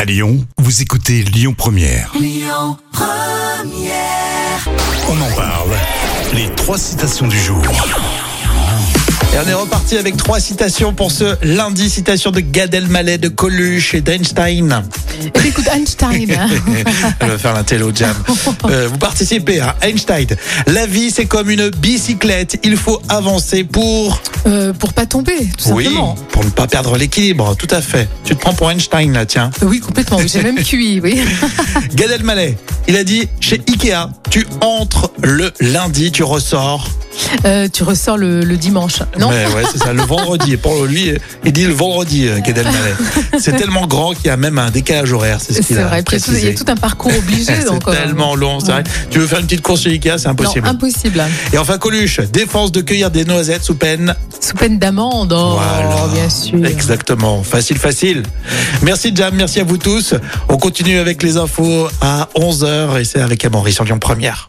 À Lyon, vous écoutez Lyon Première. On en parle. Les trois citations du jour. Et on est reparti avec trois citations pour ce lundi. Citation de Gad Elmaleh, de Coluche et d'Einstein. Eh, Écoute, Einstein. Elle va faire l'intello jam. Euh, vous participez à Einstein. La vie, c'est comme une bicyclette. Il faut avancer pour... Euh, pour pas tomber, tout simplement. pour ne pas perdre l'équilibre. Tout à fait. Tu te prends pour Einstein, là, tiens. Euh, Oui, complètement. oui, J'ai même cuit, oui. Gad Elmaleh, il a dit, chez Ikea, tu entres le lundi, tu ressors... Euh, tu ressors le, le dimanche. Non Mais ouais, c'est ça, le vendredi. Et Pour lui, il dit le vendredi, euh, Gad Elmaleh. C'est tellement grand qu'il y a même un décalage horaire, c'est ce C'est qu'il a vrai. Puis tout- il y a tout précisé. un parcours obligé. C'est donc, euh, tellement long, c'est vrai. Tu veux faire une petite course chez Ikea, c'est non, impossible. impossible. Et enfin, Coluche, défense de cueillir des noisettes sous peine. Sous peine d'amende. Oh, Voilà. bien sûr. Exactement. Facile, facile. Merci, Jam. Merci à vous tous. On continue avec les infos à 11h et c'est avec Amaury sur Lyon Première.